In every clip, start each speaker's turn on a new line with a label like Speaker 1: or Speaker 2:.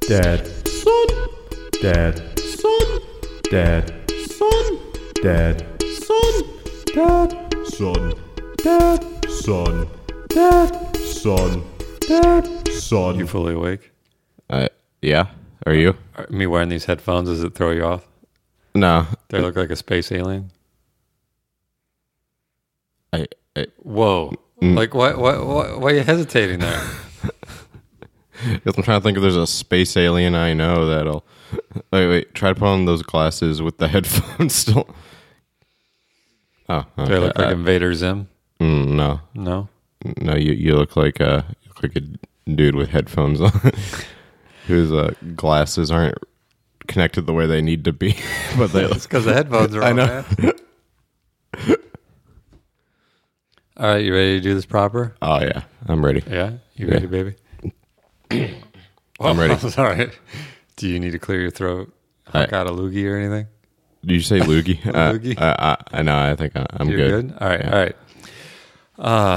Speaker 1: Dad. Son. Dad. Son. Dad. Son. Dad. Son. Dad. Son. Dad. Son. Dad. Son. Dad.
Speaker 2: You
Speaker 1: Son.
Speaker 2: fully awake?
Speaker 3: Uh, yeah. Are you?
Speaker 2: Are- Me wearing these headphones, does it throw you off?
Speaker 3: No.
Speaker 2: They look like a space alien.
Speaker 3: I, I Mm.
Speaker 2: Whoa. Like, why, why, why, why are you hesitating there?
Speaker 3: guess I'm trying to think if there's a space alien I know that'll. Wait, wait. Try to put on those glasses with the headphones still. Oh,
Speaker 2: They
Speaker 3: okay.
Speaker 2: look like
Speaker 3: I-
Speaker 2: Invader Zim?
Speaker 3: mm, no,
Speaker 2: No?
Speaker 3: no. You you look like a you look like a dude with headphones on, whose uh, glasses aren't connected the way they need to be, but they
Speaker 2: It's because the headphones are on.
Speaker 3: know.
Speaker 2: man. All right, you ready to do this proper?
Speaker 3: Oh yeah, I'm ready.
Speaker 2: Yeah? You
Speaker 3: Yeah.
Speaker 2: ready, baby?
Speaker 3: I'm ready.
Speaker 2: Sorry. Do you need to clear your throat?
Speaker 3: I-
Speaker 2: Got a loogie or anything?
Speaker 3: Did you say loogie? Uh,
Speaker 2: Loogie.
Speaker 3: I, I, I know. I think I, I'm
Speaker 2: You're good. All right. All right. Uh,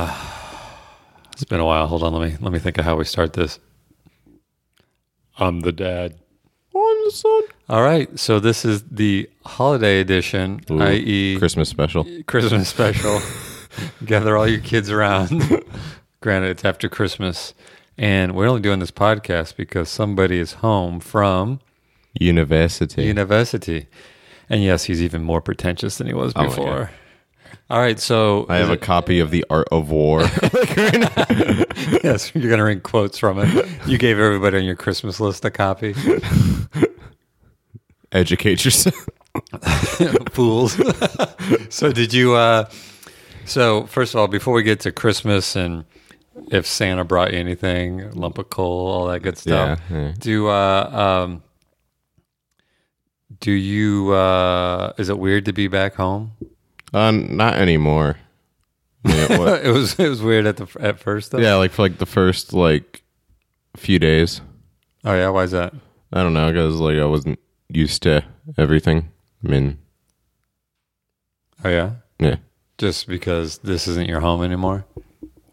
Speaker 2: it's been a while. Hold on. Let me let me think of how we start this. I'm the dad.
Speaker 3: On the sun.
Speaker 2: All right. So this is the holiday edition,
Speaker 3: Ooh,
Speaker 2: i.e.,
Speaker 3: Christmas special.
Speaker 2: Christmas special. Gather all your kids around. Granted, it's after Christmas, and we're only doing this podcast because somebody is home from
Speaker 3: University.
Speaker 2: university. And yes, he's even more pretentious than he was
Speaker 3: my
Speaker 2: before. all right. So
Speaker 3: I have a copy of The Art of War.
Speaker 2: Yes, you're going to ring quotes from it. You gave everybody on your Christmas list a copy.
Speaker 3: Educate yourself.
Speaker 2: Fools. so, did you? Uh, so, first of all, before we get to Christmas and if Santa brought you anything, lump of coal, all that good stuff,
Speaker 3: Yeah, yeah.
Speaker 2: do uh, um, do you? Uh, is it weird to be back home?
Speaker 3: Uh, not anymore. Yeah, what-
Speaker 2: It was. It was weird at the at first. Though.
Speaker 3: yeah, like for like the first like few days.
Speaker 2: Oh yeah. Why is that?
Speaker 3: I don't know because like I wasn't used to everything. I mean,
Speaker 2: Oh yeah.
Speaker 3: yeah.
Speaker 2: Just because this isn't your home anymore.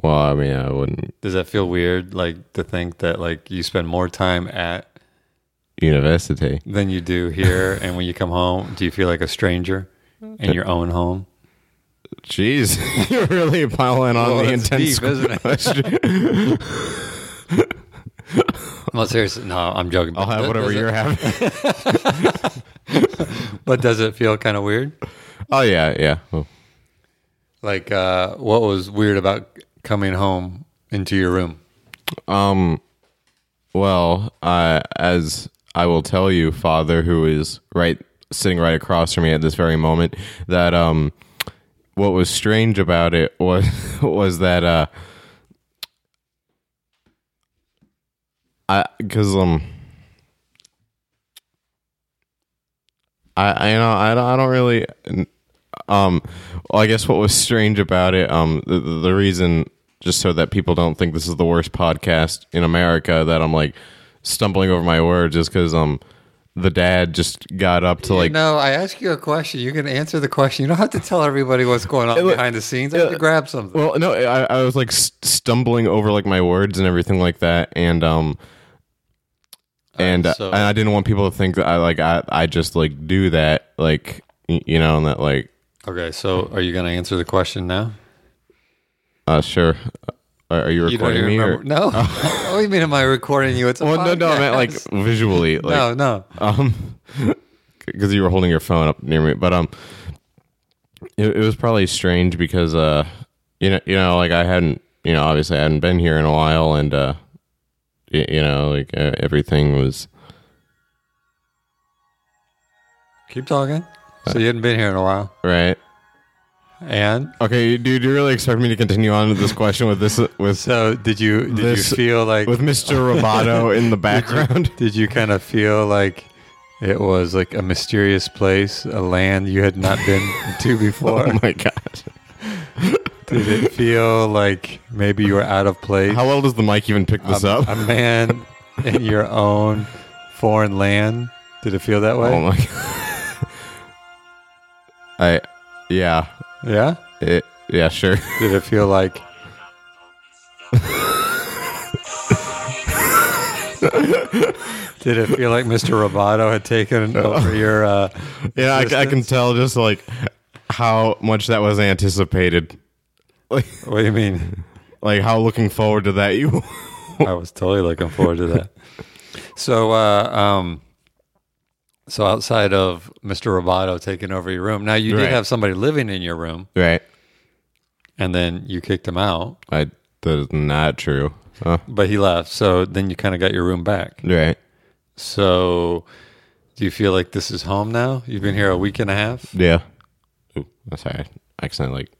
Speaker 3: Well, I mean, I wouldn't
Speaker 2: Does that feel weird, like to think that like you spend more time at
Speaker 3: university.
Speaker 2: than you do here, and when you come home, do you feel like a stranger in your own home?
Speaker 3: Jeez, you're really piling on
Speaker 2: Well,
Speaker 3: the
Speaker 2: that's
Speaker 3: intense
Speaker 2: deep, isn't it?
Speaker 3: question.
Speaker 2: Well, seriously, no, I'm joking.
Speaker 3: I'll have whatever you're having.
Speaker 2: But does it feel kind of weird?
Speaker 3: Oh yeah, yeah. Oh.
Speaker 2: Like, uh, what was weird about coming home into your room?
Speaker 3: Um, well, uh, as I will tell you, Father, who is right sitting right across from me at this very moment, that um, what was strange about it was was that uh, I because um. I, I you know I don't, I don't really um well, I guess what was strange about it um the, the the reason just so that people don't think this is the worst podcast in America that I'm like stumbling over my words is cuz um the dad just got up to like
Speaker 2: no, I ask you a question. You can answer the question. You don't have to tell everybody what's going on behind the scenes. I have to grab something.
Speaker 3: well no I, I was like st- stumbling over like my words and everything like that and um and,
Speaker 2: Alright, so-
Speaker 3: and I didn't want people to think that I like I, I just like do that like y- you know and that like
Speaker 2: Okay, so are you going to answer the question now?
Speaker 3: uh sure uh, are, are you
Speaker 2: You don't
Speaker 3: recording
Speaker 2: even
Speaker 3: me or
Speaker 2: remember? No. what do Oh, you mean? Am I recording you? It's a
Speaker 3: Well, no, no, I meant like
Speaker 2: podcast.
Speaker 3: visually, like
Speaker 2: no, no.
Speaker 3: um, because you were holding your phone up near me. But um, it, it was probably strange because uh, you know, you know, like I hadn't, you know, obviously I hadn't been here in a while, and uh, y- you know, like uh, everything was
Speaker 2: Keep talking. So you hadn't been here in a while,
Speaker 3: right.
Speaker 2: and
Speaker 3: Okay, dude, you really expect me to continue on with this question with this with
Speaker 2: so did you? Did
Speaker 3: This-
Speaker 2: you feel like?
Speaker 3: with Mister Roboto in the background?
Speaker 2: did you kind of feel like it was like a mysterious place, a land you had not been to before?
Speaker 3: Oh my god!
Speaker 2: did it feel like maybe you were out of place?
Speaker 3: How well does the mic even pick this
Speaker 2: a,
Speaker 3: up?
Speaker 2: a man in your own foreign land. Did it feel that way?
Speaker 3: Oh my god! I, yeah,
Speaker 2: Yeah.
Speaker 3: it, yeah, sure.
Speaker 2: Did it feel like? Did it feel like Mr. Roboto had taken over your? Uh,
Speaker 3: Yeah, I, I can tell just like how much that was anticipated. Like,
Speaker 2: what do you mean?
Speaker 3: like how looking forward to that you.
Speaker 2: I was totally looking forward to that. So, uh, um, so outside of Mr. Roboto taking over your room, now you did
Speaker 3: Right.
Speaker 2: have somebody living in your room,
Speaker 3: right.
Speaker 2: and then you kicked him out,
Speaker 3: I that is not true. Huh?
Speaker 2: but he left. So then you kind of got your room back.
Speaker 3: Right.
Speaker 2: So, do you feel like this is home now? You've been here a week and a half.
Speaker 3: Yeah. Ooh, I'm sorry. I accidentally like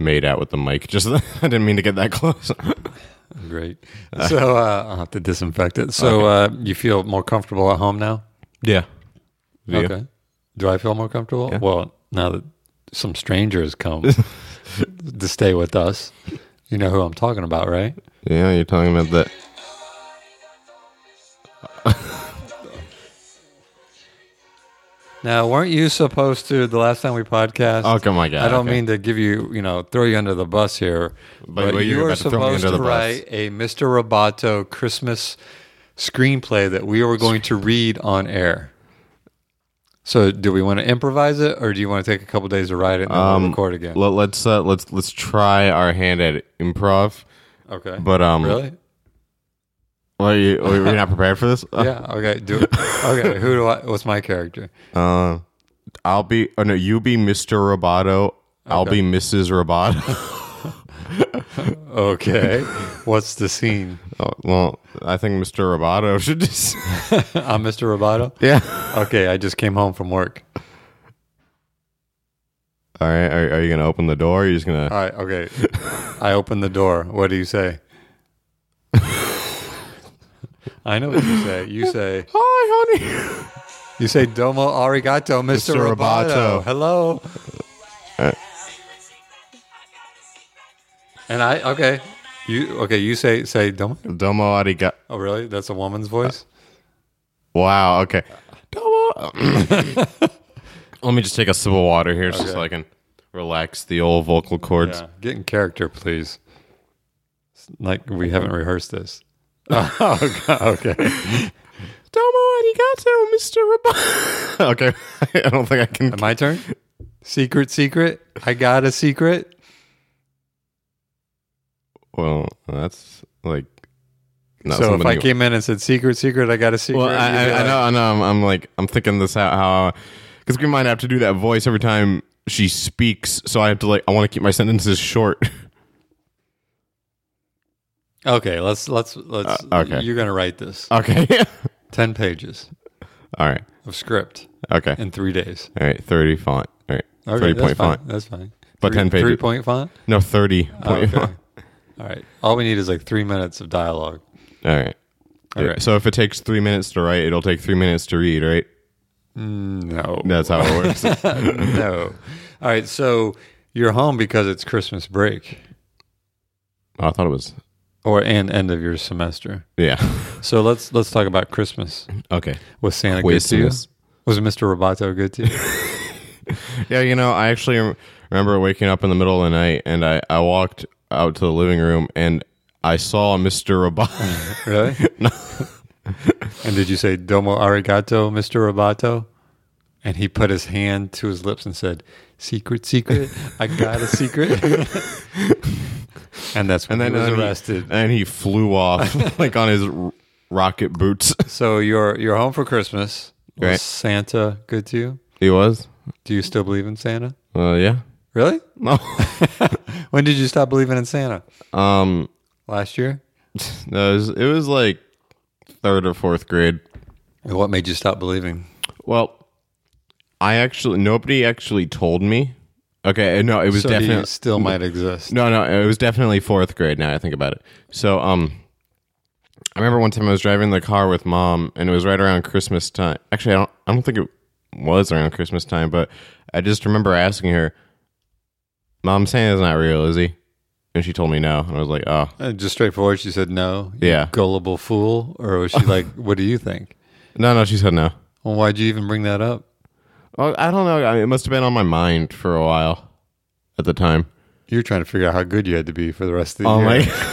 Speaker 3: made out with the mic. Just I didn't mean to get that close.
Speaker 2: Great. So uh, I'll have to disinfect it. So uh, you feel more comfortable at home now?
Speaker 3: yeah. Do you?
Speaker 2: Okay. Do I feel more comfortable? Well, now that some stranger has come to stay with us, you know who I'm talking about, right?
Speaker 3: Yeah, you're talking about that.
Speaker 2: Now, weren't you supposed to the last time we podcast?
Speaker 3: Oh, come on, guy.
Speaker 2: I don't
Speaker 3: Okay.
Speaker 2: mean to give you, you know, throw you under the bus here, but,
Speaker 3: but
Speaker 2: you
Speaker 3: you're
Speaker 2: were
Speaker 3: about to throw me
Speaker 2: supposed
Speaker 3: under
Speaker 2: to
Speaker 3: the bus.
Speaker 2: write a Mr. Roboto Christmas screenplay that we were going to read on air. So, do we want to improvise it, or do you want to take a couple days to write it and then we'll
Speaker 3: Um,
Speaker 2: record again?
Speaker 3: Let, let's uh, let's let's try our hand at improv.
Speaker 2: okay,
Speaker 3: But um,
Speaker 2: really?
Speaker 3: Are you, are you not prepared for this? Uh,
Speaker 2: Yeah. Okay. Do it. Okay. Who do I? What's my character?
Speaker 3: I'll be. Oh no, you be Mr. Roboto. I'll be Mrs. Roboto.
Speaker 2: Okay. What's the scene?
Speaker 3: oh, well, I think Mr. Roboto should just.
Speaker 2: I'm Mr. Roboto.
Speaker 3: yeah.
Speaker 2: Okay. I just came home from work.
Speaker 3: All right. Are, are you gonna open the door? Or are you just gonna?
Speaker 2: All right. Okay. I open the door. What do you say? I know what you say. You say.
Speaker 3: Hi, honey.
Speaker 2: You say "Domo arigato, Mr.
Speaker 3: Mr.
Speaker 2: Roboto.
Speaker 3: Roboto.
Speaker 2: Hello. and I okay. You okay? You say say "Domo."
Speaker 3: Domo arigato.
Speaker 2: Oh, really? That's a woman's voice.
Speaker 3: Wow. Okay. Domo. Let me just take a sip of water here, just so I can relax the old vocal cords.
Speaker 2: Yeah. Get in character, please. It's like we haven't rehearsed this. oh, God, okay.
Speaker 3: Domo arigato, Mr. Roboto. okay. I don't think I can.
Speaker 2: My turn. Secret, secret. I got a secret.
Speaker 3: Well, that's like. Not
Speaker 2: so if
Speaker 3: something
Speaker 2: I
Speaker 3: you-
Speaker 2: came in and said secret, secret, I got a secret.
Speaker 3: Well,
Speaker 2: you'd
Speaker 3: I,
Speaker 2: be
Speaker 3: I, I
Speaker 2: like,
Speaker 3: know, I know. I'm, I'm like, I'm thinking this out how, because we might have to do that voice every time she speaks. So I have to like, I want to keep my sentences short.
Speaker 2: Okay, let's let's let's.
Speaker 3: Uh, okay.
Speaker 2: You're gonna write this.
Speaker 3: okay.
Speaker 2: Ten pages
Speaker 3: All right.
Speaker 2: of script
Speaker 3: Okay.
Speaker 2: in three days.
Speaker 3: All right. Thirty font. All right.
Speaker 2: Okay,
Speaker 3: thirty
Speaker 2: that's
Speaker 3: point
Speaker 2: fine.
Speaker 3: font.
Speaker 2: That's fine.
Speaker 3: But
Speaker 2: Three-
Speaker 3: 10 pages.
Speaker 2: Three point font.
Speaker 3: No, thirty point
Speaker 2: Okay.
Speaker 3: font.
Speaker 2: All right. All we need is like three minutes of dialogue.
Speaker 3: All right.
Speaker 2: All right.
Speaker 3: So if it takes three minutes to write, it'll take three minutes to read, right?
Speaker 2: No.
Speaker 3: That's how it works.
Speaker 2: no. All right. So you're home because it's Christmas break
Speaker 3: Oh, I thought it was.
Speaker 2: or and end of your semester.
Speaker 3: Yeah.
Speaker 2: So let's let's talk about Christmas.
Speaker 3: Okay.
Speaker 2: Was Santa good to
Speaker 3: Christmas.
Speaker 2: you? Was Mr. Roboto good to you?
Speaker 3: Yeah, you know, I actually rem- remember waking up in the middle of the night and I, I walked out to the living room and I saw Mr. Roboto.
Speaker 2: really? no. and did you say "Domo arigato, Mr. Roboto"? And he put his hand to his lips and said, "Secret, secret. I got a secret." and that's when
Speaker 3: and then
Speaker 2: he was
Speaker 3: and
Speaker 2: arrested.
Speaker 3: He, and he flew off like on his r- rocket boots.
Speaker 2: so you're you're home for Christmas. Was
Speaker 3: Right.
Speaker 2: Santa good to you?
Speaker 3: he was?
Speaker 2: Do you still believe in Santa?
Speaker 3: Uh, yeah.
Speaker 2: Really?
Speaker 3: No.
Speaker 2: When did you stop believing in Santa?
Speaker 3: um,
Speaker 2: Last year?
Speaker 3: no, it was, it was like third or fourth grade.
Speaker 2: And what made you stop believing?
Speaker 3: Well, I actually, nobody actually told me. Okay. No, it was
Speaker 2: So
Speaker 3: definitely.
Speaker 2: he still might exist.
Speaker 3: No, no, it was definitely fourth grade. Now I think about it. So, um, I remember one time I was driving the car with mom, and it was right around Christmas time. Actually, I don't, I don't think it was around Christmas time, but I just remember asking her, "Mom, Santa's not real, is he?" And she told me no, and I was like, "Oh,
Speaker 2: Uh, Just straightforward, she said no. you
Speaker 3: Yeah.
Speaker 2: Gullible fool. Or was she like, what do you think?
Speaker 3: no, no." She said no.
Speaker 2: Well, why'd you even bring that up?
Speaker 3: Well, I don't know. I mean, it must have been on my mind for a while at the time.
Speaker 2: You're trying to figure out how good you had to be for the rest of the
Speaker 3: Oh
Speaker 2: year.
Speaker 3: my!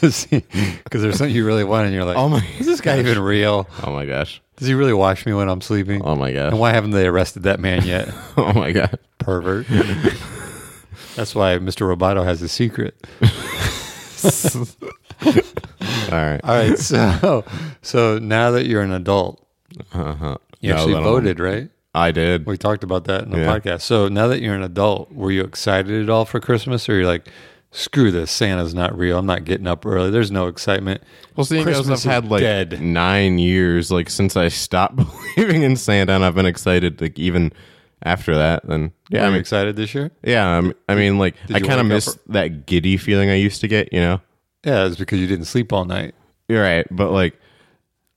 Speaker 2: because there's something you really want, and you're like,
Speaker 3: Oh my-
Speaker 2: is this guy even real?
Speaker 3: Oh my gosh.
Speaker 2: Does he really watch me when I'm sleeping?
Speaker 3: Oh my
Speaker 2: and
Speaker 3: gosh.
Speaker 2: why haven't they arrested that man yet?
Speaker 3: Oh my god.
Speaker 2: Pervert. That's why Mr. Roboto has a secret.
Speaker 3: All right.
Speaker 2: All right, so so now that you're an adult,
Speaker 3: Uh-huh.
Speaker 2: you
Speaker 3: Now
Speaker 2: actually
Speaker 3: that I'm-
Speaker 2: voted, right?
Speaker 3: I did.
Speaker 2: We talked about that in the
Speaker 3: Yeah.
Speaker 2: podcast. So now that you're an adult, were you excited at all for Christmas, or you're like, screw this, Santa's not real. I'm not getting up early. There's no excitement.
Speaker 3: Well, seeing as
Speaker 2: Christmas
Speaker 3: I've
Speaker 2: is
Speaker 3: had like
Speaker 2: dead.
Speaker 3: nine years, like since I stopped believing in Santa, and I've been excited, like even after that. Then yeah,
Speaker 2: Were
Speaker 3: I
Speaker 2: you
Speaker 3: mean,
Speaker 2: excited this year.
Speaker 3: yeah, I'm, I mean, like I
Speaker 2: you
Speaker 3: kind of
Speaker 2: wake up
Speaker 3: miss that giddy feeling I used to get. You know,
Speaker 2: Yeah, it's because you didn't sleep all night.
Speaker 3: you're right, but like,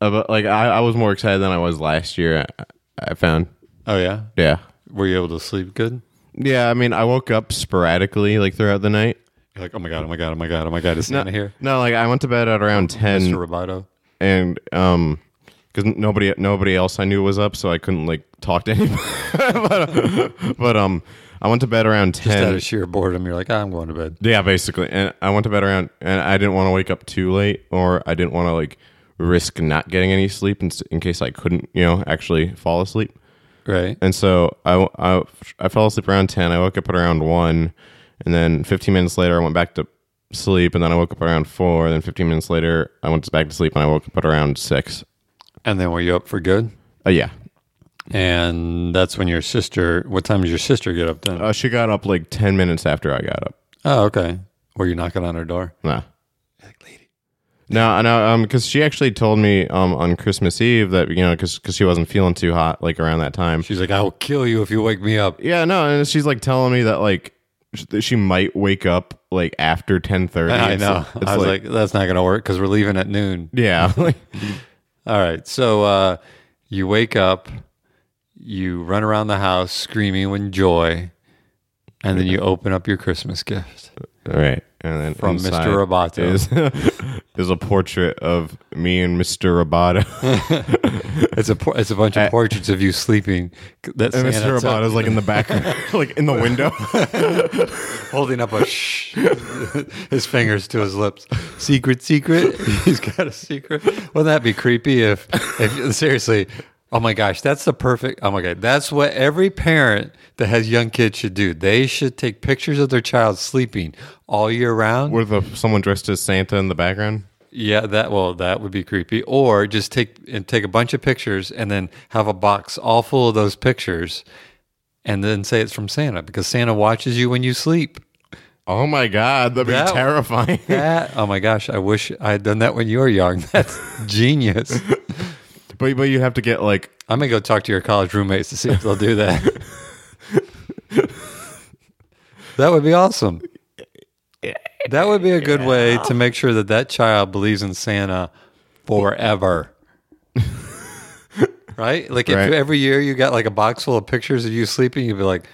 Speaker 3: uh, but like I, I was more excited than I was last year. I, I found,
Speaker 2: Oh yeah,
Speaker 3: yeah,
Speaker 2: were you able to sleep good?
Speaker 3: yeah. I mean, I woke up sporadically, like throughout the night.
Speaker 2: You're like, oh my god, oh my god, oh my god, oh my god, is Santa here?
Speaker 3: No, like I went to bed at around ten.
Speaker 2: Mr. Roboto.
Speaker 3: and um because nobody nobody else I knew was up, so I couldn't like talk to anybody. but, but um, I went to bed around
Speaker 2: Just out
Speaker 3: ten.
Speaker 2: of sheer boredom, you're like, "Ah, I'm going to bed.
Speaker 3: yeah, basically, and I went to bed around, and I didn't want to wake up too late, or I didn't want to like risk not getting any sleep in, in case I couldn't, you know, actually fall asleep.
Speaker 2: Right.
Speaker 3: And so I, I, I fell asleep around 10. I woke up at around 1. And then 15 minutes later, I went back to sleep. And then I woke up around 4. And then 15 minutes later, I went back to sleep and I woke up at around 6.
Speaker 2: And then were you up for good?
Speaker 3: Uh, yeah.
Speaker 2: And that's when your sister, what time does your sister get up then?
Speaker 3: Uh, she got up like 10 minutes after I got up.
Speaker 2: oh, okay. Were you knocking on her door?
Speaker 3: Nah. No, no, um, because she actually told me um on Christmas Eve that you know because she wasn't feeling too hot like around that time.
Speaker 2: She's like, I will kill you if you wake me up.
Speaker 3: Yeah, no, and she's like telling me that like sh- that she might wake up like after ten thirty.
Speaker 2: I know. I was like, that's not going to work because we're leaving at noon.
Speaker 3: yeah, like,
Speaker 2: All right. So uh, you wake up, you run around the house screaming with joy, and then you open up your Christmas gift.
Speaker 3: All right. And then
Speaker 2: From
Speaker 3: inside
Speaker 2: Mr. Roboto.
Speaker 3: Is, is a portrait of me and Mr. Roboto.
Speaker 2: It's a por- it's a bunch of portraits of you sleeping. That
Speaker 3: And Mr.
Speaker 2: Santa's up
Speaker 3: Roboto's like in the back, like in the window.
Speaker 2: holding up a shh, his fingers to his lips. Secret, secret. He's got a secret. Wouldn't that be creepy if, if seriously? Oh my gosh, that's the perfect. Oh my god, that's what every parent that has young kids should do. They should take pictures of their child sleeping all year round.
Speaker 3: with a, someone dressed as Santa in the background.
Speaker 2: Yeah, that well, that would be creepy. Or just take and take a bunch of pictures and then have a box all full of those pictures, and then say it's from Santa because Santa watches you when you sleep.
Speaker 3: Oh my God, that'd be
Speaker 2: That-
Speaker 3: terrifying.
Speaker 2: that. Oh my gosh, I wish I had done that when you were young. That's genius.
Speaker 3: but, but you have to get like,
Speaker 2: I'm gonna go talk to your college roommates to see if they'll do that. that would be awesome. That would be a good way to make sure that that child believes in Santa forever. right? Like if
Speaker 3: Right.
Speaker 2: every year you got like a box full of pictures of you sleeping, you'd be like,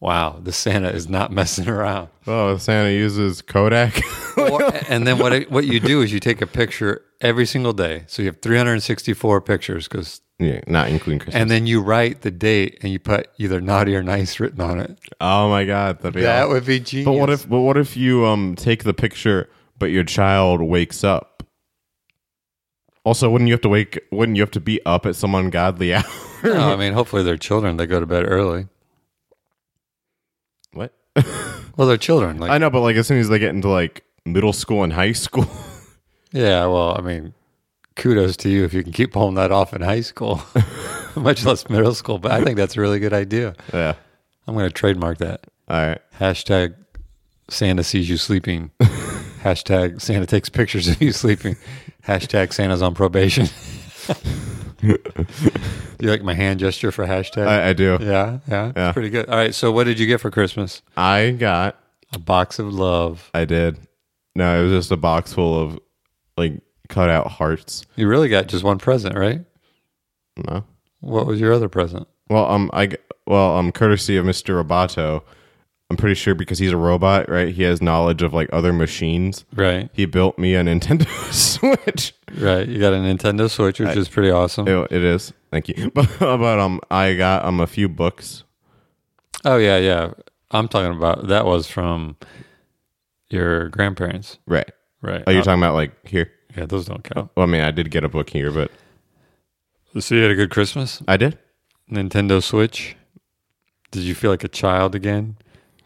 Speaker 2: "Wow, the Santa is not messing around."
Speaker 3: oh, Santa uses Kodak.
Speaker 2: Or- and then what it, what you do is you take a picture every single day. So you have 364 pictures because
Speaker 3: yeah, not including Christmas.
Speaker 2: and then you write the date and you put either naughty or nice written on it.
Speaker 3: oh my God, that'd be
Speaker 2: That
Speaker 3: awesome.
Speaker 2: would be genius.
Speaker 3: But what if, but what if you um take the picture, but your child wakes up? Also, wouldn't you have to wake? Wouldn't you have to be up at some ungodly hour?
Speaker 2: No, I mean, hopefully they're children. They go to bed early.
Speaker 3: What?
Speaker 2: Well, they're children. Like,
Speaker 3: I know, but like as soon as they get into like middle school and high school,
Speaker 2: yeah. Well, I mean, kudos to you if you can keep pulling that off in high school, much less middle school. But I think that's a really good idea.
Speaker 3: yeah.
Speaker 2: I'm going to trademark that.
Speaker 3: All right.
Speaker 2: Hashtag Santa sees you sleeping. Hashtag Santa takes pictures of you sleeping. Hashtag Santa's on probation. you like my hand gesture for hashtag?
Speaker 3: I, I do.
Speaker 2: yeah, yeah,
Speaker 3: Yeah.
Speaker 2: It's pretty good. All right, so what did you get for Christmas?
Speaker 3: I got.
Speaker 2: A box of love.
Speaker 3: I did. No, it was just a box full of like cut out hearts.
Speaker 2: You really got just one present, right?
Speaker 3: No.
Speaker 2: What was your other present?
Speaker 3: Well, um, I g- well, um, courtesy of Mister Roboto, I'm pretty sure because he's a robot, right? He has knowledge of like other machines.
Speaker 2: Right,
Speaker 3: He built me a Nintendo Switch.
Speaker 2: right. You got a Nintendo Switch, which is pretty awesome.
Speaker 3: It, it is. Thank you. But, but um, I got um a few books.
Speaker 2: Oh yeah, yeah. I'm talking about that was from your grandparents.
Speaker 3: Right.
Speaker 2: Right.
Speaker 3: Oh, you're
Speaker 2: Uh,
Speaker 3: talking about like here?
Speaker 2: yeah, those don't count.
Speaker 3: Well, I mean, I did get a book here, but Oh.
Speaker 2: So you had a good Christmas?
Speaker 3: I did.
Speaker 2: Nintendo Switch? Did you feel like a child again?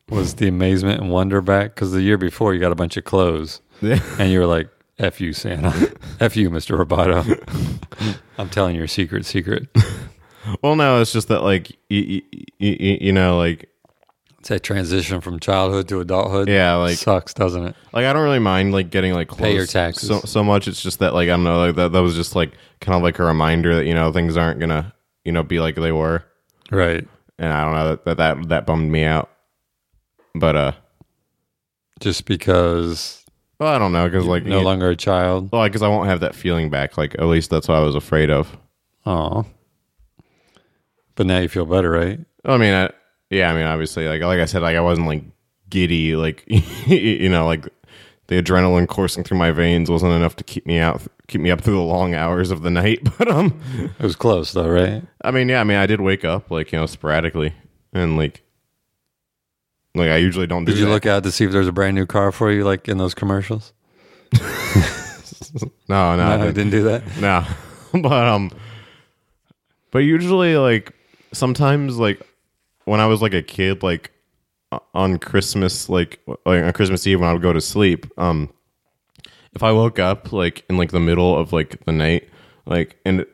Speaker 2: Was the amazement and wonder back? Because the year before you got a bunch of clothes
Speaker 3: Yeah.
Speaker 2: and you were like, F you, Santa. F you, Mr. Roboto. I'm telling your secret, secret.
Speaker 3: Well, no, it's just that like you, you, you know, like
Speaker 2: It's that transition from childhood to adulthood.
Speaker 3: yeah, like
Speaker 2: Sucks, doesn't it?
Speaker 3: Like I don't really mind like getting like close
Speaker 2: your taxes.
Speaker 3: so, so much. It's just that like I don't know like, that that was just like kind of like a reminder that you know things aren't gonna you know be like they were,
Speaker 2: Right.
Speaker 3: and I don't know that that that, that bummed me out. But uh,
Speaker 2: Just because
Speaker 3: well I don't know because like
Speaker 2: no
Speaker 3: you-
Speaker 2: longer a child.
Speaker 3: well because I won't have that feeling back. Like at least that's what I was afraid of.
Speaker 2: Oh. But now you feel better, right?
Speaker 3: I mean, I, yeah, I mean obviously like like I said like I wasn't like giddy like you know like the adrenaline coursing through my veins wasn't enough to keep me out keep me up through the long hours of the night. But um.
Speaker 2: It was close though, right?
Speaker 3: I mean, yeah, I mean, I did wake up like you know sporadically, and like, like I usually don't do.
Speaker 2: Did you
Speaker 3: that.
Speaker 2: look out to see if there's a brand new car for you, like in those commercials?
Speaker 3: No, no,
Speaker 2: No,
Speaker 3: I
Speaker 2: I didn't
Speaker 3: didn't.
Speaker 2: do that.
Speaker 3: no. but um, but usually, like sometimes, like when I was like a kid, like o- on Christmas, like like on Christmas Eve when I would go to sleep, um, if I woke up like in like the middle of like the night, like and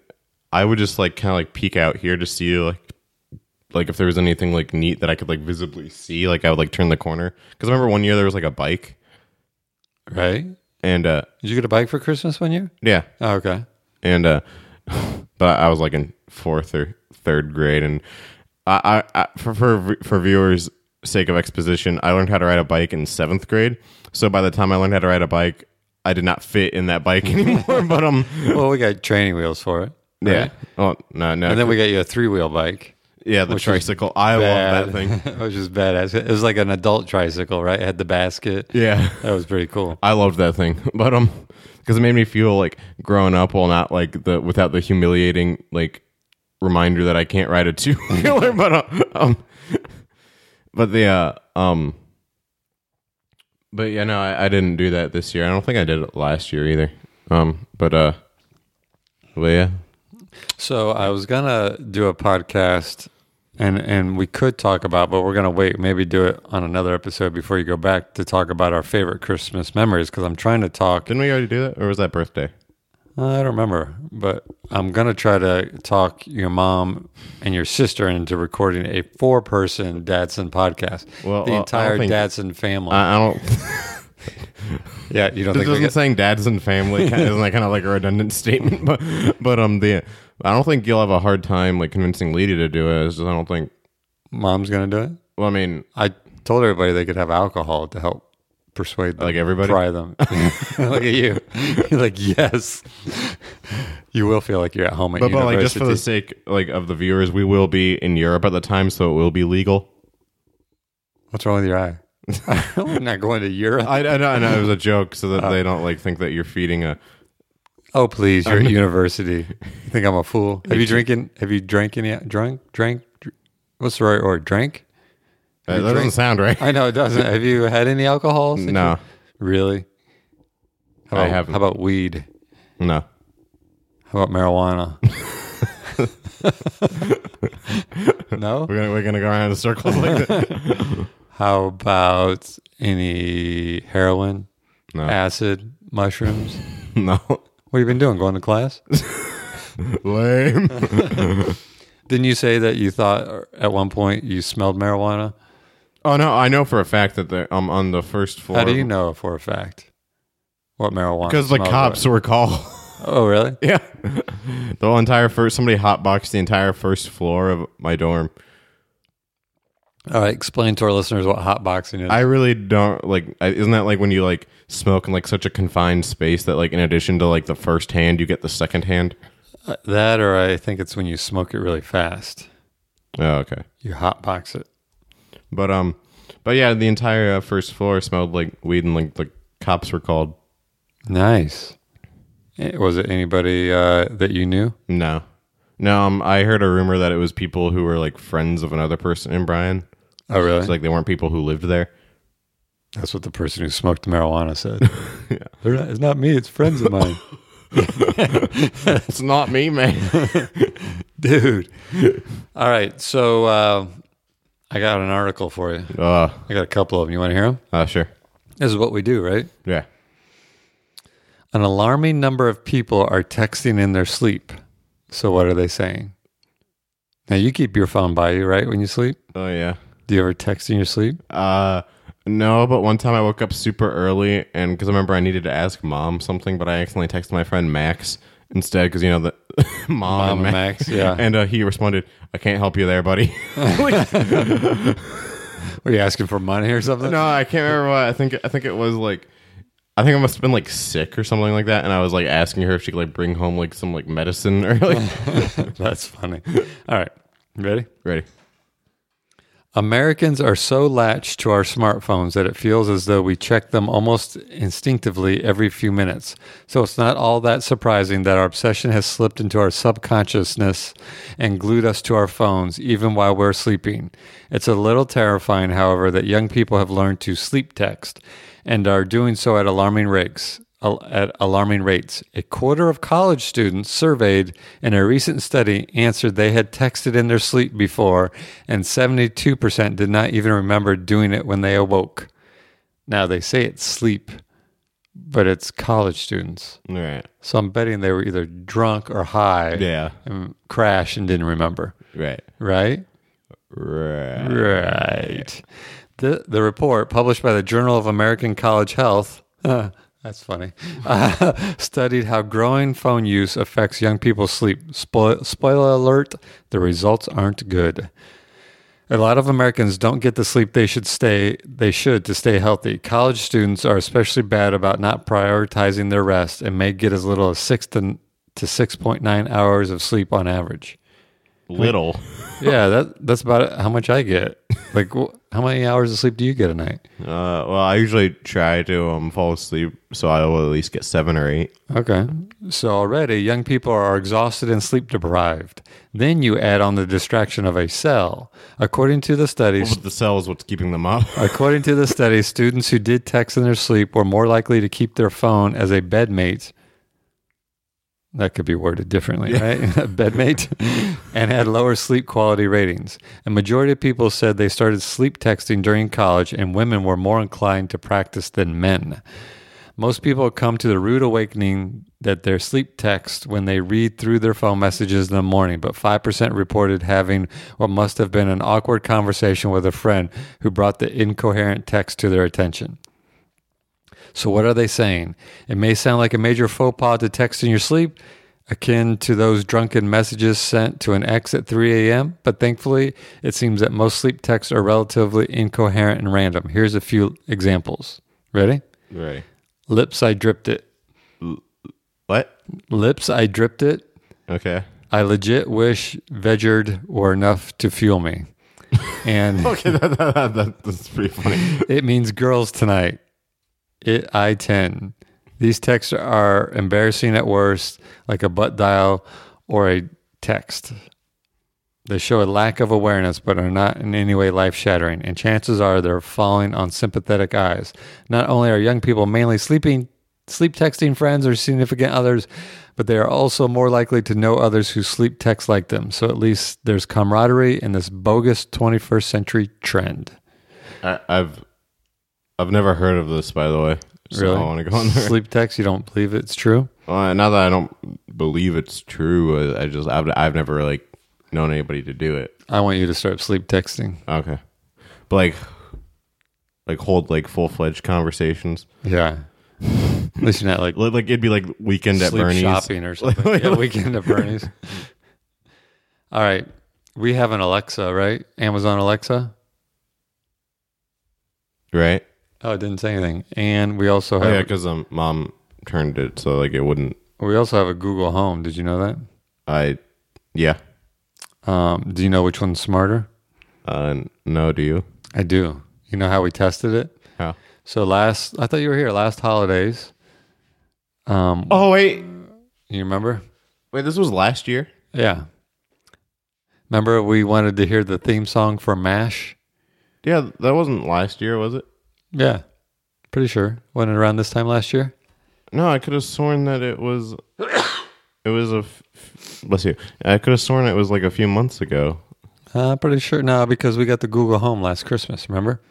Speaker 3: I would just like kind of like peek out here to see like like if there was anything like neat that I could like visibly see, like I would like turn the corner because I remember one year there was like a bike
Speaker 2: Right?
Speaker 3: and uh
Speaker 2: Did you get a bike for Christmas one year?
Speaker 3: yeah
Speaker 2: Oh, okay.
Speaker 3: and uh but i was like in fourth or third grade and i i, I for, for for viewers sake of exposition i learned how to ride a bike in seventh grade so by the time i learned how to ride a bike i did not fit in that bike anymore but um
Speaker 2: Well, we got training wheels for it. right?
Speaker 3: yeah oh no no
Speaker 2: And then we got you a three wheel bike.
Speaker 3: yeah the
Speaker 2: which was
Speaker 3: tricycle i love that thing
Speaker 2: it was just badass. It was like an adult tricycle, right? It had the basket.
Speaker 3: yeah
Speaker 2: That was pretty cool.
Speaker 3: I loved that thing, but um, because it made me feel like growing up, while not like the without the humiliating like reminder that I can't ride a two wheeler. but uh, um, but the uh, um, but yeah, no, I, I didn't do that this year. I don't think I did it last year either. Um, but uh, but yeah,
Speaker 2: So I was gonna do a podcast, and and we could talk about, but we're gonna wait, maybe do it on another episode before you go back to talk about our favorite Christmas memories. Because I'm trying to talk.
Speaker 3: didn't we already do that, or was that birthday?
Speaker 2: Uh, I don't remember, but I'm gonna try to talk your mom and your sister into recording a four-person Dadson podcast.
Speaker 3: Well,
Speaker 2: the
Speaker 3: uh, I
Speaker 2: entire
Speaker 3: don't think-
Speaker 2: Dadson family.
Speaker 3: I, I don't.
Speaker 2: yeah, you don't
Speaker 3: This
Speaker 2: think we
Speaker 3: isn't
Speaker 2: get,
Speaker 3: saying dads and family isn't that kind of like a redundant statement? But but um the I don't think you'll have a hard time like convincing Lady to do it. It's just I don't think.
Speaker 2: mom's gonna do it?
Speaker 3: Well, I mean,
Speaker 2: I told everybody they could have alcohol to help persuade them.
Speaker 3: Like everybody?
Speaker 2: Try them. Look at you. You're like, yes. You will feel like you're at home at
Speaker 3: but, but like just for the
Speaker 2: university.
Speaker 3: sake like of the viewers, we will be in Europe at the time, so it will be legal.
Speaker 2: What's wrong with your eye? I'm not going to Europe.
Speaker 3: I, I know, I know it was a joke, so that they don't like think that you're feeding a.
Speaker 2: Oh, please. You're at university. You think I'm a fool? Have you drinking? Have you drank any? Drunk? Drank? dr- What's the right word? Drank?
Speaker 3: Uh, that doesn't sound right.
Speaker 2: I know it doesn't. Have you had any alcohol? since
Speaker 3: No.
Speaker 2: you- Really? How
Speaker 3: I
Speaker 2: about,
Speaker 3: haven't.
Speaker 2: How about weed?
Speaker 3: No,
Speaker 2: How about marijuana? no?
Speaker 3: we're gonna we're gonna go around in circles like that.
Speaker 2: How about any heroin,
Speaker 3: No.
Speaker 2: acid, mushrooms?
Speaker 3: no,
Speaker 2: What have you been doing? Going to class?
Speaker 3: lame.
Speaker 2: Didn't you say that you thought at one point you smelled marijuana?
Speaker 3: Oh no, I know for a fact that the, um on the first floor.
Speaker 2: How do you know for a fact what marijuana?
Speaker 3: Because the
Speaker 2: smells
Speaker 3: cops were called.
Speaker 2: like? Oh, really?
Speaker 3: Yeah. The whole entire first somebody hotboxed the entire first floor of my dorm.
Speaker 2: All right. Explain to our listeners what hot boxing is.
Speaker 3: I really don't like I- isn't that like when you like smoke in like such a confined space that like in addition to like the first hand you get the second hand?
Speaker 2: Uh, that, or I think it's when you smoke it really fast.
Speaker 3: Oh, okay.
Speaker 2: You hot box it.
Speaker 3: But um but yeah, the entire uh, first floor smelled like weed and like the cops were called.
Speaker 2: Nice. Eh, Was it anybody uh, that you knew?
Speaker 3: No. No, um, I heard a rumor that it was people who were like friends of another person in Bryan.
Speaker 2: Oh, really?
Speaker 3: It's like they weren't people who lived there.
Speaker 2: That's what the person who smoked marijuana said. They're not, it's not me, it's friends of mine.
Speaker 3: It's not me, man.
Speaker 2: Dude. All right. So uh, I got an article for you.
Speaker 3: uh,
Speaker 2: I got a couple of them. You want to hear them?
Speaker 3: uh, sure.
Speaker 2: This is what we do, right?
Speaker 3: Yeah.
Speaker 2: An alarming number of people are texting in their sleep. So what are they saying? Now you keep your phone by you, right? When you sleep,
Speaker 3: Oh, yeah.
Speaker 2: do you ever text in your sleep?
Speaker 3: Uh, no, but one time I woke up super early, and because I remember I needed to ask mom something, but I accidentally texted my friend Max instead because you know the mom,
Speaker 2: Mom and
Speaker 3: and
Speaker 2: Max, yeah.
Speaker 3: and uh, he responded, "I can't help you there, buddy."
Speaker 2: Were you asking for money or something?
Speaker 3: no, I can't remember what I think. I think it was like. I think I must have been like sick or something like that, and I was like asking her if she could like bring home like some like medicine or like
Speaker 2: That's funny. All right, ready?
Speaker 3: ready.
Speaker 2: Americans are so latched to our smartphones that it feels as though we check them almost instinctively every few minutes. So it's not all that surprising that our obsession has slipped into our subconsciousness and glued us to our phones even while we're sleeping. It's a little terrifying, however, that young people have learned to sleep text and are doing so at alarming rates al- at alarming rates. A quarter of college students surveyed in a recent study answered they had texted in their sleep before, and 72% did not even remember doing it when they awoke. Now they say it's sleep, but it's college students.
Speaker 3: All right.
Speaker 2: So I'm betting they were either drunk or high,
Speaker 3: Yeah.
Speaker 2: and crashed and didn't remember,
Speaker 3: Right.
Speaker 2: right?
Speaker 3: Right.
Speaker 2: Right. The, the report, published by the Journal of American College Health, that's funny, uh, studied how growing phone use affects young people's sleep. Spoil, spoiler alert, the results aren't good. A lot of Americans don't get the sleep they should stay they should to stay healthy. College students are especially bad about not prioritizing their rest and may get as little as 6 to, to 6.9 hours of sleep on average
Speaker 3: Little.
Speaker 2: yeah, that that's about how much I get. Like, wh- how many hours of sleep do you get a night?
Speaker 3: Uh, well, I usually try to um fall asleep, so I will at least get seven or eight.
Speaker 2: Okay. So already young people are exhausted and sleep deprived. Then you add on the distraction of a cell. According to the studies,
Speaker 3: But the cell is what's keeping them up.
Speaker 2: According to the study, students who did text in their sleep were more likely to keep their phone as a bedmate. That could be worded differently, right? bedmate, and had lower sleep quality ratings. A majority of people said they started sleep texting during college, and women were more inclined to practice than men. Most people come to the rude awakening that their sleep text when they read through their phone messages in the morning, but 5% reported having what must have been an awkward conversation with a friend who brought the incoherent text to their attention. So, what are they saying? It may sound like a major faux pas to text in your sleep, akin to those drunken messages sent to an ex at 3 a.m., but thankfully, it seems that most sleep texts are relatively incoherent and random. Here's a few examples. Ready?
Speaker 3: Right.
Speaker 2: Lips, I dripped it.
Speaker 3: What?
Speaker 2: Lips, I dripped it.
Speaker 3: Okay.
Speaker 2: I legit wish Vegard were enough to fuel me. And
Speaker 3: Okay, that, that, that, that- that's pretty funny.
Speaker 2: it means girls tonight. It I 10. These texts are embarrassing at worst, like a butt dial or a text. They show a lack of awareness, but are not in any way life shattering, and chances are they're falling on sympathetic eyes. Not only are young people mainly sleeping, sleep texting friends or significant others, but they are also more likely to know others who sleep text like them. So at least there's camaraderie in this bogus 21st century trend.
Speaker 3: I, I've I've never heard of this, by the way. So
Speaker 2: Really?
Speaker 3: I want to go on there.
Speaker 2: Sleep text, you don't believe it's true?
Speaker 3: Uh, now that I don't believe it's true, I I just I've, I've never like known anybody to do it.
Speaker 2: I want you to start sleep texting.
Speaker 3: Okay, but like like hold like full fledged conversations.
Speaker 2: Yeah. At least you're not like
Speaker 3: Like, like it'd be like weekend at
Speaker 2: sleep
Speaker 3: Bernie's.
Speaker 2: shopping or something. yeah, weekend at Bernie's. All right. We have an Alexa, right? Amazon Alexa.
Speaker 3: Right?
Speaker 2: Oh, it didn't say anything. And we also
Speaker 3: Oh,
Speaker 2: have
Speaker 3: yeah, because um, mom turned it so like it wouldn't.
Speaker 2: we also have a Google Home. Did you know that?
Speaker 3: I yeah.
Speaker 2: Um, do you know which one's smarter?
Speaker 3: Uh, no, do you?
Speaker 2: I do. You know how we tested it?
Speaker 3: How?
Speaker 2: So last I thought you were here last holidays. Um,
Speaker 3: Oh wait,
Speaker 2: you remember?
Speaker 3: wait. This was last year.
Speaker 2: Yeah. Remember, we wanted to hear the theme song for MASH?
Speaker 3: Yeah, that wasn't last year, was it?
Speaker 2: Yeah. Pretty sure. Wasn't it around this time last year?
Speaker 3: No, I could have sworn that it was. It was a. F- f- bless you. I could have sworn it was like a few months ago.
Speaker 2: Uh, pretty sure. No, because we got the Google Home last Christmas, remember?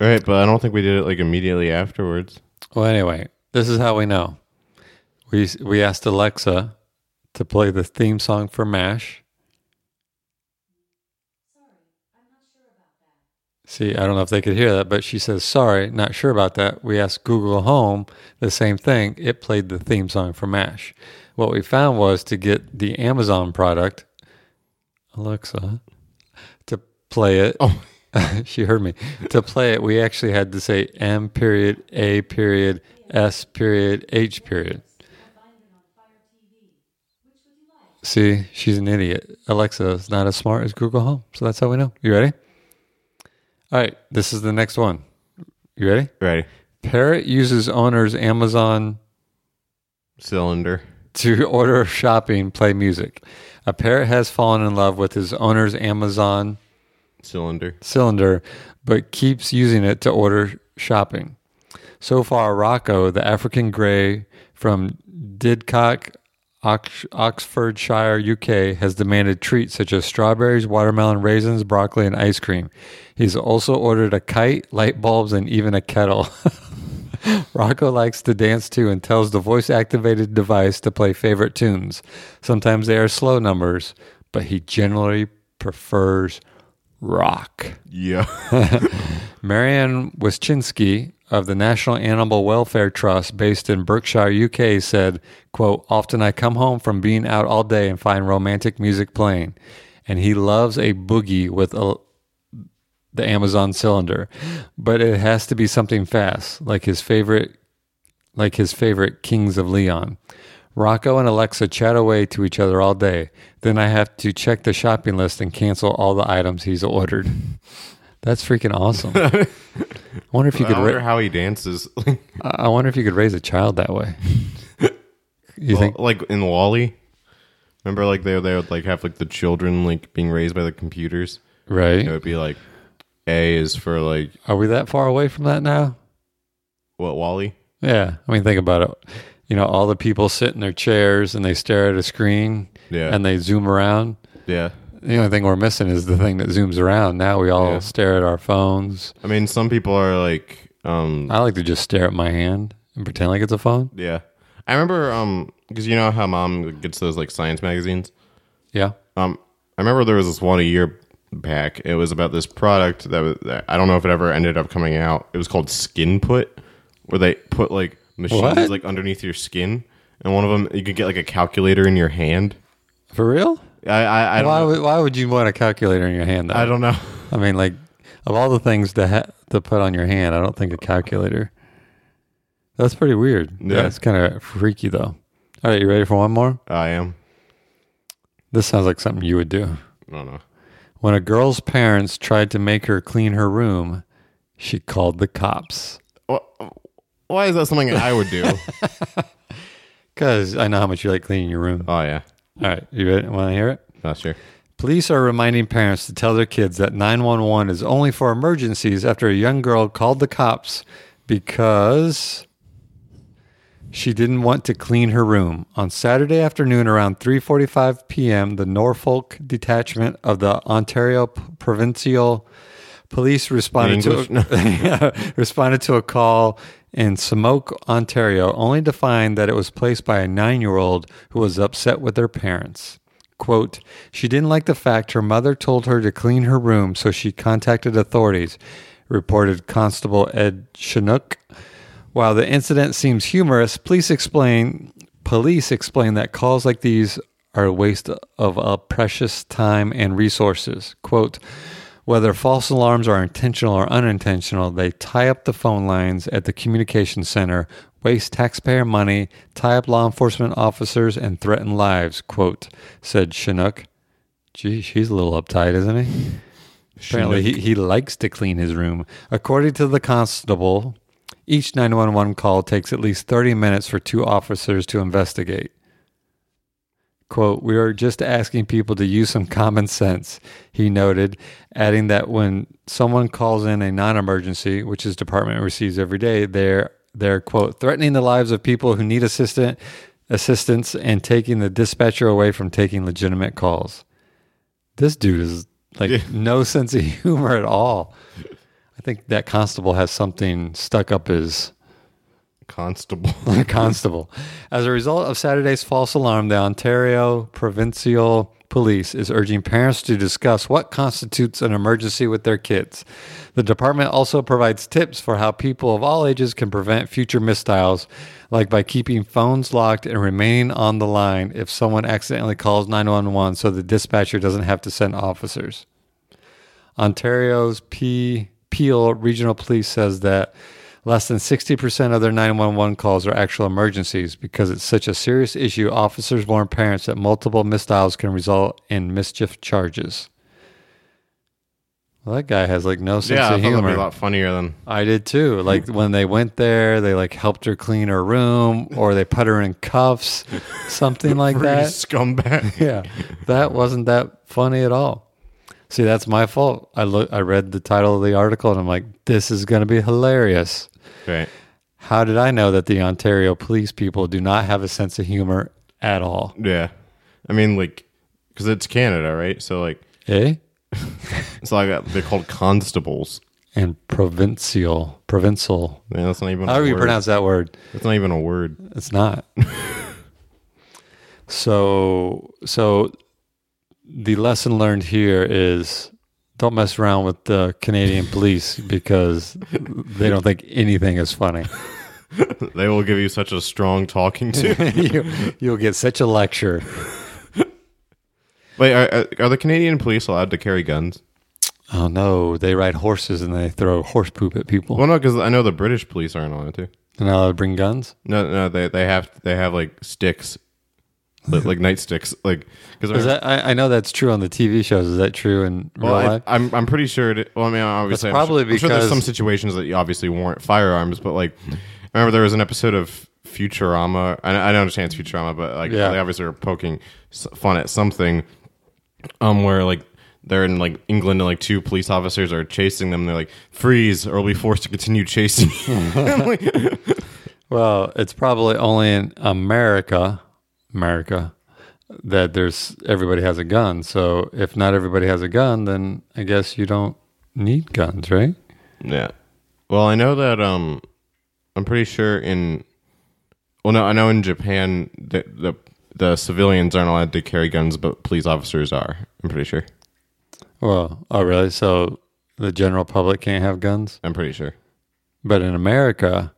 Speaker 3: Right, but I don't think we did it like immediately afterwards.
Speaker 2: Well, anyway, this is how we know. We we asked Alexa to play the theme song for MASH. See, I don't know if they could hear that, but she says, "Sorry, not sure about that." We asked Google Home the same thing. It played the theme song for MASH. What we found was to get the Amazon product, Alexa, to play it.
Speaker 3: Oh.
Speaker 2: she heard me. To play it, we actually had to say M period, A period, S period, H period. See, she's an idiot. Alexa is not as smart as Google Home. So that's how we know. You ready? All right, this is the next one. You ready?
Speaker 3: Right.
Speaker 2: Parrot uses owner's Amazon
Speaker 3: Cylinder.
Speaker 2: to order shopping, play music. A parrot has fallen in love with his owner's Amazon
Speaker 3: Cylinder.
Speaker 2: cylinder, but keeps using it to order shopping. So far, Rocco, the African grey from Didcot, Ox- Oxfordshire, UK, has demanded treats such as strawberries, watermelon, raisins, broccoli, and ice cream. He's also ordered a kite, light bulbs, and even a kettle. Rocco likes to dance too and tells the voice activated device to play favorite tunes. Sometimes they are slow numbers, but he generally prefers rock.
Speaker 3: Yeah.
Speaker 2: Marianne Wyszynski of the National Animal Welfare Trust based in Berkshire, UK said, quote, often I come home from being out all day and find romantic music playing. And he loves a boogie with a, the Amazon cylinder, but it has to be something fast, like his favorite like his favorite Kings of Leon. Rocco and Alexa chat away to each other all day. Then I have to check the shopping list and cancel all the items he's ordered. That's freaking awesome. I wonder if you could.
Speaker 3: I wonder
Speaker 2: Ra-
Speaker 3: how he dances.
Speaker 2: I I wonder if you could raise a child that way. You think?
Speaker 3: like in Wally. Remember, like they they would like have like the children like being raised by the computers. It
Speaker 2: Right?
Speaker 3: would be like A is for like
Speaker 2: Are we that far away from that now?
Speaker 3: what Wally?
Speaker 2: Yeah. I mean, think about it. You know, all the people sit in their chairs and they stare at a screen
Speaker 3: Yeah.
Speaker 2: and they zoom around.
Speaker 3: Yeah.
Speaker 2: The only thing we're missing is the thing that zooms around. Now we all
Speaker 3: Yeah.
Speaker 2: stare at our phones.
Speaker 3: I mean, some people are like um
Speaker 2: I like to just stare at my hand and pretend like it's a phone.
Speaker 3: yeah. I remember um because you know how mom gets those like science magazines.
Speaker 2: Yeah.
Speaker 3: Um, I remember there was this one a year back. It was about this product that, was, that I don't know if it ever ended up coming out. It was called Skin Put, where they put like machines
Speaker 2: What?
Speaker 3: like underneath your skin, and one of them you could get like a calculator in your hand.
Speaker 2: For real?
Speaker 3: I I, I don't
Speaker 2: Why
Speaker 3: know.
Speaker 2: would, why would you want a calculator in your hand? Though?
Speaker 3: I don't know.
Speaker 2: I mean, like, of all the things to ha- to put on your hand, I don't think a calculator. That's pretty weird.
Speaker 3: Yeah.
Speaker 2: That's kind of freaky, though. All right, you ready for one more?
Speaker 3: I am.
Speaker 2: This sounds like something you would do.
Speaker 3: I don't know.
Speaker 2: When a girl's parents tried to make her clean her room, she called the cops.
Speaker 3: Wha- Why is that something I would do?
Speaker 2: Because I know how much you like cleaning your room.
Speaker 3: oh yeah,
Speaker 2: All right, you ready? Want to hear it?
Speaker 3: not sure.
Speaker 2: Police are reminding parents to tell their kids that 911 is only for emergencies after a young girl called the cops because she didn't want to clean her room. On Saturday afternoon around 3:45 p.m., the Norfolk detachment of the Ontario P- Provincial Police responded to
Speaker 3: English?
Speaker 2: Yeah, responded to a call in Smoke, Ontario, only to find that it was placed by a 9-year-old who was upset with her parents. Quote, she didn't like the fact her mother told her to clean her room, so she contacted authorities, reported Constable Ed Chinook. While the incident seems humorous, police explain police explain that calls like these are a waste of a precious time and resources. Quote whether false alarms are intentional or unintentional, they tie up the phone lines at the communication center, waste taxpayer money, tie up law enforcement officers, and threaten lives, quote, said Chinook. Gee, he's a little uptight, isn't he? Apparently, he, he likes to clean his room. According to the constable, each 911 call takes at least 30 minutes for two officers to investigate. Quote, we are just asking people to use some common sense, he noted, adding that when someone calls in a non emergency, which his department receives every day, they're they're quote threatening the lives of people who need assistant assistance and taking the dispatcher away from taking legitimate calls. This dude is like no sense of humor at all. I think that constable has something stuck up his
Speaker 3: Constable.
Speaker 2: a constable. As a result of Saturday's false alarm, the Ontario Provincial Police is urging parents to discuss what constitutes an emergency with their kids. The department also provides tips for how people of all ages can prevent future mistiles, like by keeping phones locked and remaining on the line if someone accidentally calls 911 so the dispatcher doesn't have to send officers. Ontario's P- Peel Regional Police says that less than 60% of their 911 calls are actual emergencies because it's such a serious issue. Officers warn parents that multiple misdials can result in mischief charges. Well, that guy has like no sense
Speaker 3: yeah, I
Speaker 2: of
Speaker 3: thought that'd be
Speaker 2: humor.
Speaker 3: a lot funnier than
Speaker 2: I did too. Like when they went there, they like helped her clean her room or they put her in cuffs, something like
Speaker 3: Free
Speaker 2: that
Speaker 3: scumbag.
Speaker 2: yeah, that wasn't that funny at all. See, that's my fault. I look, I read the title of the article, and I'm like, this is going to be hilarious.
Speaker 3: right.
Speaker 2: How did I know that the Ontario police people do not have a sense of humor at all?
Speaker 3: Yeah. I mean, like, because it's Canada, right? So, like,
Speaker 2: Eh?
Speaker 3: it's like uh, they're called constables.
Speaker 2: And provincial, provincial.
Speaker 3: Yeah, that's not even.
Speaker 2: How
Speaker 3: a
Speaker 2: do you
Speaker 3: word.
Speaker 2: pronounce that word?
Speaker 3: That's not even a word.
Speaker 2: It's not. so so the lesson learned here is don't mess around with the Canadian police because they don't think anything is funny.
Speaker 3: They will give you such a strong talking to.
Speaker 2: you, you'll get such a lecture.
Speaker 3: Wait, are, are- are the Canadian police allowed to carry guns?
Speaker 2: Oh no, they ride horses and they throw horse poop at people.
Speaker 3: Well, no, because I know the British police aren't allowed to.
Speaker 2: And now they bring guns.
Speaker 3: No, no, they they have they have like sticks, like, like nightsticks, like
Speaker 2: Is
Speaker 3: because
Speaker 2: that, I, I know that's true on the TV shows. Is that true in real
Speaker 3: well, I,
Speaker 2: life?
Speaker 3: I'm I'm pretty sure. It, well, I mean, obviously,
Speaker 2: That's
Speaker 3: I'm sure-
Speaker 2: probably
Speaker 3: I'm sure there's
Speaker 2: because-
Speaker 3: some situations that you obviously warrant firearms, but like, I remember there was an episode of Futurama. I, I don't understand it's Futurama, but like,
Speaker 2: Yeah.
Speaker 3: they obviously are poking s- fun at something. Um, where like they're in like England and like two police officers are chasing them. They're like, freeze, or we'll be forced to continue chasing. you." I'm like,
Speaker 2: Well, it's probably only in America, America, that there's everybody has a gun. So if not everybody has a gun, then I guess you don't need guns, right?
Speaker 3: Yeah. Well, I know that um I'm pretty sure in well no, I know in Japan the the, the civilians aren't allowed to carry guns, but police officers are. I'm pretty sure.
Speaker 2: Well, oh really? So the general public can't have guns,
Speaker 3: I'm pretty sure.
Speaker 2: but in America,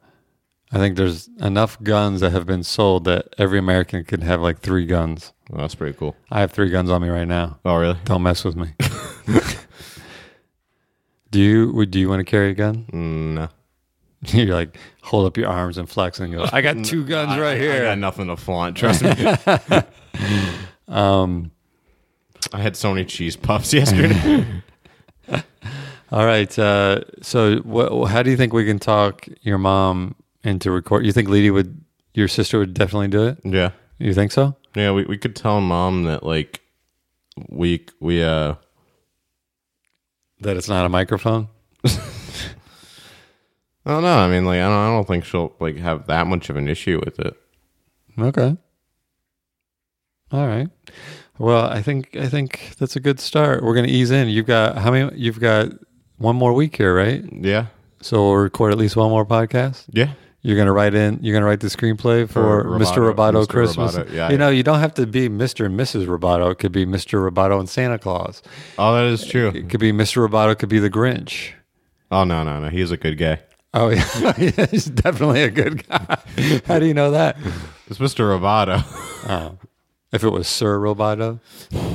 Speaker 2: I think there's enough guns that have been sold that every American can have like three guns.
Speaker 3: Well, that's pretty cool.
Speaker 2: I have three guns on me right now.
Speaker 3: Oh, really?
Speaker 2: Don't mess with me. do you would do you want to carry a gun?
Speaker 3: Mm, No.
Speaker 2: you like hold up your arms and flex and go, I got two guns right
Speaker 3: I got
Speaker 2: here.
Speaker 3: nothing to flaunt. Trust me. um,
Speaker 2: Um,
Speaker 3: I had so many cheese puffs yesterday.
Speaker 2: All right. Uh, so, wh- how do you think we can talk your mom into record? You think Lady would, your sister would definitely do it?
Speaker 3: yeah.
Speaker 2: You think so?
Speaker 3: Yeah, we, we could tell mom that like we we uh
Speaker 2: That it's not a microphone?
Speaker 3: I don't know. I mean, like I don't I don't think she'll like have that much of an issue with it.
Speaker 2: Okay. All right. Well, I think I think that's a good start. We're gonna ease in. You've got how many? You've got one more week here, right?
Speaker 3: Yeah.
Speaker 2: So we'll record at least one more podcast.
Speaker 3: Yeah.
Speaker 2: You're gonna write in. You're gonna write the screenplay for,
Speaker 3: For
Speaker 2: Mr.
Speaker 3: Roboto-
Speaker 2: Roboto
Speaker 3: Mr.
Speaker 2: Christmas.
Speaker 3: Roboto, yeah,
Speaker 2: you
Speaker 3: yeah.
Speaker 2: know, you don't have to be Mr. and Mrs. Roboto. It could be Mr. Roboto and Santa Claus.
Speaker 3: Oh, that is true.
Speaker 2: It could be Mr. Roboto. Could be the Grinch.
Speaker 3: Oh no, no, no. He's a good guy.
Speaker 2: Oh yeah, he's definitely a good guy. How do you know that?
Speaker 3: It's Mr. Roboto.
Speaker 2: If it was Sir Roboto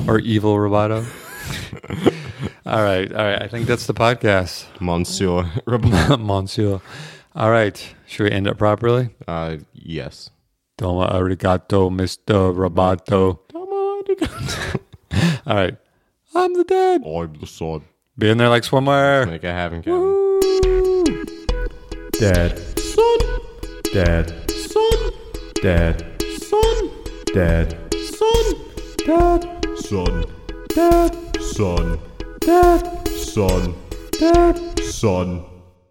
Speaker 2: or Evil Roboto. all right, all right. I think that's the podcast,
Speaker 3: Monsieur Roboto.
Speaker 2: Monsieur. All right, should we end it properly?
Speaker 3: Uh, yes.
Speaker 2: Domo arigato, Mr. Roboto. All right, I'm the dead.
Speaker 3: I'm the son.
Speaker 2: Be in there like swimwear.
Speaker 3: Like I haven't gotten.
Speaker 1: Dad, son, dad, son, dad, son, dad, son, dad, son, dad, son, dad, son, dad, son.